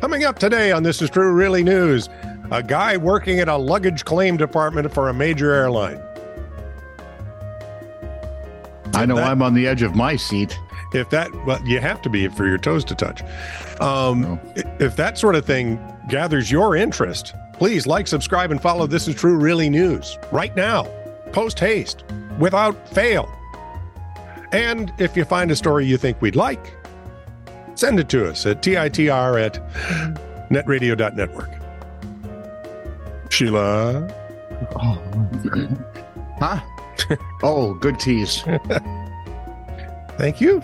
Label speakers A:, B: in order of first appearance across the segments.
A: Coming up today on This Is True Really News, a guy working at a luggage claim department for a major airline.
B: I know
A: That-
B: I'm on the edge of my seat.
A: If that, well, you have to be for your toes to touch. Um, i- If that sort of thing gathers your interest, please like, subscribe, and follow This Is True Really News right now, post haste, without fail. And if you find a story you think we'd like, send it to us at TITR at netradio.network. Sheila.
B: Oh. huh? Oh, good tease.
A: Thank you.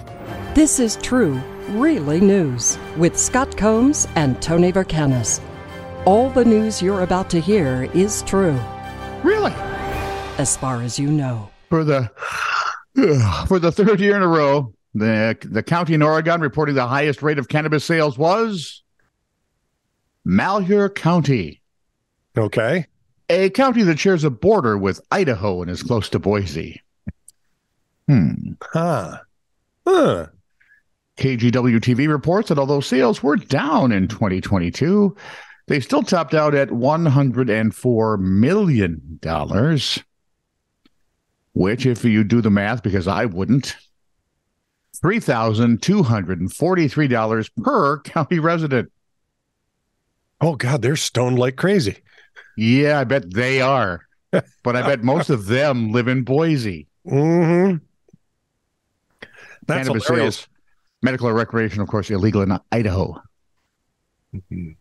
C: This is true, really news with Scott Combs and Tony Vercanis. All the news you're about to hear is true,
B: Really?
C: as far as you know.
B: For the for the third year in a row, the the county in Oregon reporting the highest rate of cannabis sales was Malheur County,
A: Okay.
B: a county that shares a border with Idaho and is close to Boise. Hmm.
A: Huh. Huh.
B: KGW TV reports that although sales were down in 2022, they still topped out at $104 million, which, if you do the math, because I wouldn't, $3,243 per county resident.
A: Oh God, they're stoned like crazy.
B: Yeah, I bet they are. But I bet most of them live in Boise.
A: Mm-hmm. That's
B: Cannabis
A: hilarious.
B: sales, medical or recreation, of course, illegal in Idaho.
A: Mhm.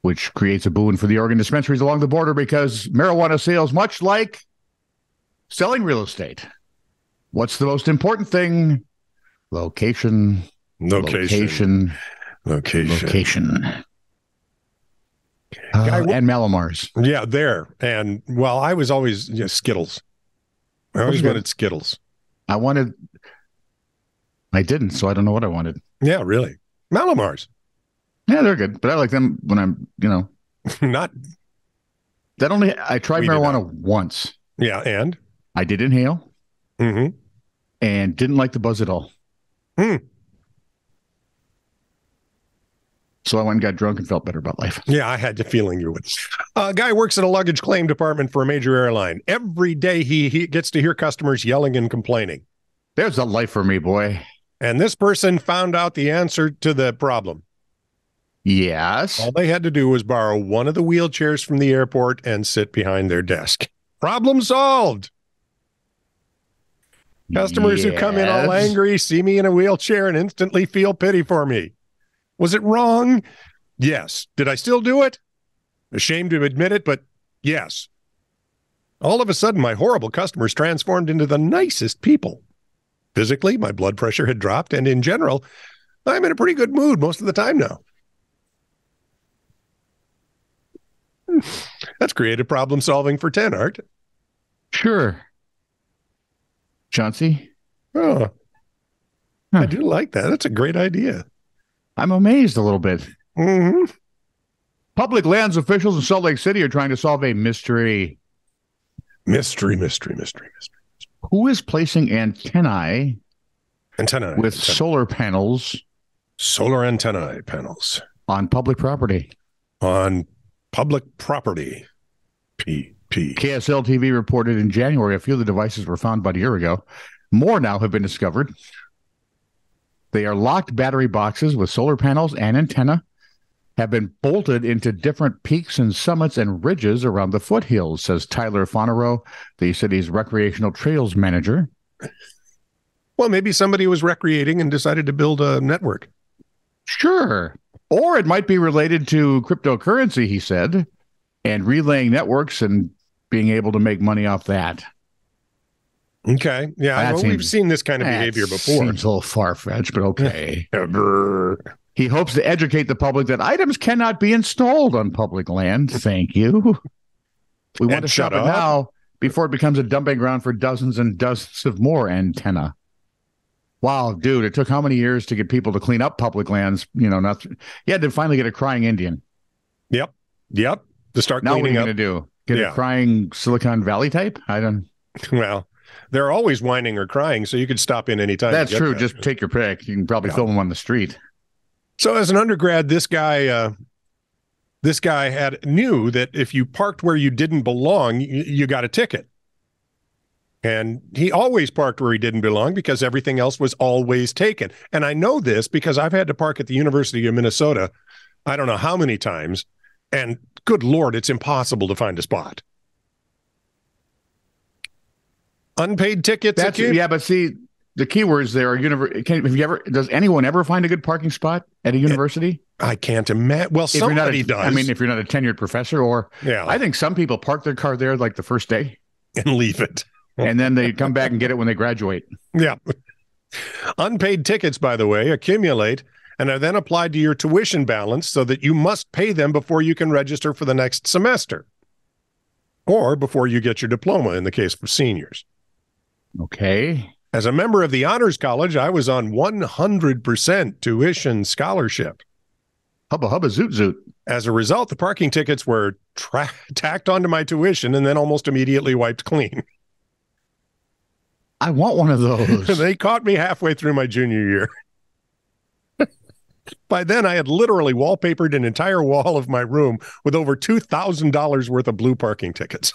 B: which creates a boon for the Oregon dispensaries along the border because marijuana sales, much like selling real estate, what's the most important thing? Location,
A: Location.
B: location,
A: Location.
B: location. Uh,
A: Guy, wh-
B: and Malamars.
A: Yeah, there. And well, I was always yeah, Skittles. I always
B: Okay.
A: wanted Skittles.
B: I wanted, I didn't, so I don't know what I wanted.
A: Yeah, really. Malamars.
B: Yeah, they're good, but I like them when I'm, you know,
A: Not
B: that only, I tried
A: We do
B: marijuana once.
A: yeah, and
B: I did inhale
A: mm-hmm.
B: and didn't like the buzz at all.
A: Hmm.
B: So I went and got drunk and felt better about life.
A: Yeah, I had the feeling you would. A guy works at a luggage claim department for a major airline. Every day he, he gets to hear customers yelling and complaining.
B: There's a life for me, boy.
A: And this person found out the answer to the problem.
B: Yes.
A: All they had to do was borrow one of the wheelchairs from the airport and sit behind their desk. Problem solved. Customers who come in all
B: Yes.
A: angry see me in a wheelchair and instantly feel pity for me. Was it wrong? Yes. Did I still do it? Ashamed to admit it, but yes. All of a sudden, my horrible customers transformed into the nicest people. Physically, my blood pressure had dropped, and in general, I'm in a pretty good mood most of the time now. That's creative problem solving for 10, Art.
B: Sure. Chauncey,
A: Oh, I
B: Huh.
A: do like that. That's a great idea.
B: I'm amazed a little bit.
A: hmm
B: Public lands officials in Salt Lake City are trying to solve a mystery.
A: Mystery, mystery, mystery, mystery.
B: Who is placing antennae
A: Antenna
B: with
A: antenna.
B: solar panels
A: solar antennae panels
B: on public property?
A: on public property. P P.
B: KSL TV reported in January a few of the devices were found about a year ago. More now have been discovered. They are locked battery boxes with solar panels and antenna, have been bolted into different peaks and summits and ridges around the foothills, says Tyler Fonero, the city's recreational trails manager.
A: Well, maybe somebody was recreating and decided to build a network.
B: Sure. Or it might be related to cryptocurrency, he said, and relaying networks and being able to make money off that.
A: Okay. Yeah.
B: That
A: well, we've
B: seems-
A: seen this kind of
B: That
A: behavior before.
B: Seems a little far fetched, but okay.
A: Yeah, brr.
B: He hopes to educate the public that items cannot be installed on public land. Thank you. We want
A: And
B: to
A: shut
B: stop it
A: up.
B: now before it becomes a dumping ground for dozens and dozens of more antenna. Wow, dude, it took how many years to get people to clean up public lands? You know, not you had to finally get a crying Indian.
A: Yep. To start
B: Now what are
A: cleaning
B: you
A: up.
B: gonna do? Get
A: Yeah.
B: a crying Silicon Valley type? I don't
A: Well, they're always whining or crying, so you could stop in anytime. to
B: that's
A: get
B: true.
A: that.
B: Just take your pick. You can probably
A: Yeah.
B: film them on the street.
A: So as an undergrad, this guy, uh, this guy had knew that if you parked where you didn't belong, you, you got a ticket. And he always parked where he didn't belong because everything else was always taken. And I know this because I've had to park at the University of Minnesota, I don't know how many times. And good Lord, it's impossible to find a spot. Unpaid tickets.
B: That's
A: Akeem?
B: yeah, but see, the keywords there are univer. Can, have you ever? Does anyone ever find a good parking spot at a university?
A: I can't imagine. Well,
B: If you're not
A: somebody
B: a-
A: does. Oh.
B: I mean, if you're not a tenured professor, or
A: yeah,
B: I think some people park their car there like the first day,
A: and leave it.
B: and then they come back and get it when they graduate.
A: Yeah. Unpaid tickets, by the way, accumulate and are then applied to your tuition balance so that you must pay them before you can register for the next semester or before you get your diploma in the case for seniors.
B: Okay.
A: As a member of the Honors College, I was on 100% tuition scholarship.
B: Hubba hubba zoot zoot.
A: As a result, the parking tickets were tra- tacked onto my tuition and then almost immediately wiped clean.
B: I want one of those.
A: they caught me halfway through my junior year. By then, I had literally wallpapered an entire wall of my room with over $2,000 worth of blue parking tickets.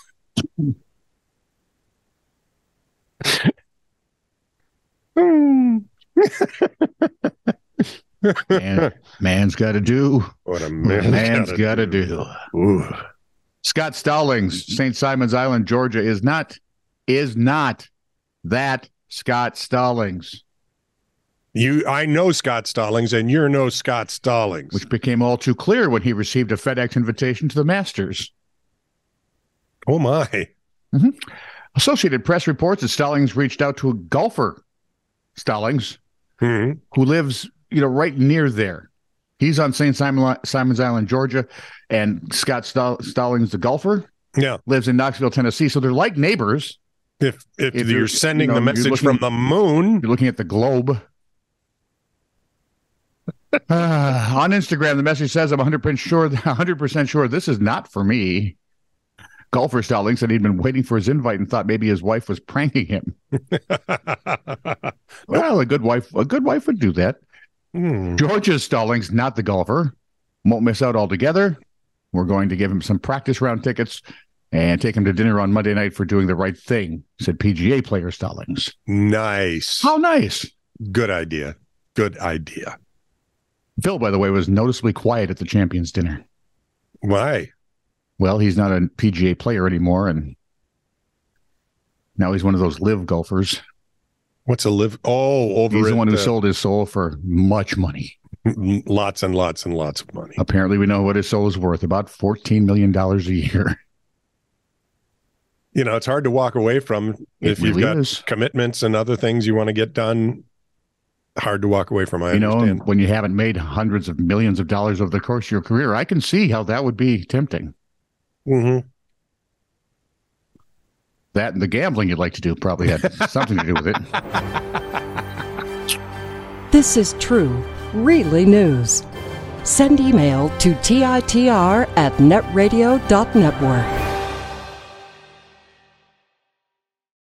B: Man, man's got to do.
A: What a
B: what a
A: man.
B: man's got to do. Scott Stallings, St. Simons Island, Georgia, is not is not that Scott Stallings,
A: You, I know Scott Stallings, and you're no Scott Stallings.
B: which became all too clear when he received a FedEx invitation to the Masters.
A: oh, my.
B: Associated Press reports that Stallings reached out to a golfer, Stallings,
A: Hmm.
B: who lives you know right near there. He's on St. Simon, Simon's Island, Georgia, and Scott Stall- Stallings, the golfer,
A: Yeah.
B: lives in Knoxville, Tennessee. So they're like neighbors.
A: If, if,
B: If
A: you're,
B: you're-
A: sending
B: you know,
A: the
B: you're
A: message from
B: looking-
A: the moon,
B: You're looking at the globe. Ah, on Instagram, the message says, "I'm 100% sure. 100% sure this is not for me." Golfer Stallings said he'd been waiting for his invite and thought maybe his wife was pranking him. Well, a good wife, a good wife would do that.
A: Hmm.
B: Georgia Stallings, not the golfer, won't miss out altogether. We're going to give him some practice round tickets and take him to dinner on Monday night for doing the right thing," said PGA player Stallings.
A: nice.
B: How nice!
A: Good idea. Good idea.
B: Phil, by the way, was noticeably quiet at the champions dinner.
A: Why?
B: Well, he's not a PGA player anymore, and now he's one of those live golfers.
A: What's a live? Oh, over
B: He's the
A: at,
B: one who
A: uh,
B: sold his soul for much money.
A: lots and lots and lots of money.
B: Apparently, we know what his soul is worth about $14 million a year.
A: You know, it's hard to walk away from
B: It
A: if you've
B: really
A: got
B: is.
A: commitments and other things you want to get done. Hard to walk away from. I
B: you know,
A: understand.
B: and when you haven't made hundreds of millions of dollars over the course of your career, I can see how that would be tempting.
A: Mhm.
B: That and the gambling you'd like to do probably had something to do with it.
C: This is true, really news. Send email to TITR at netradio.network.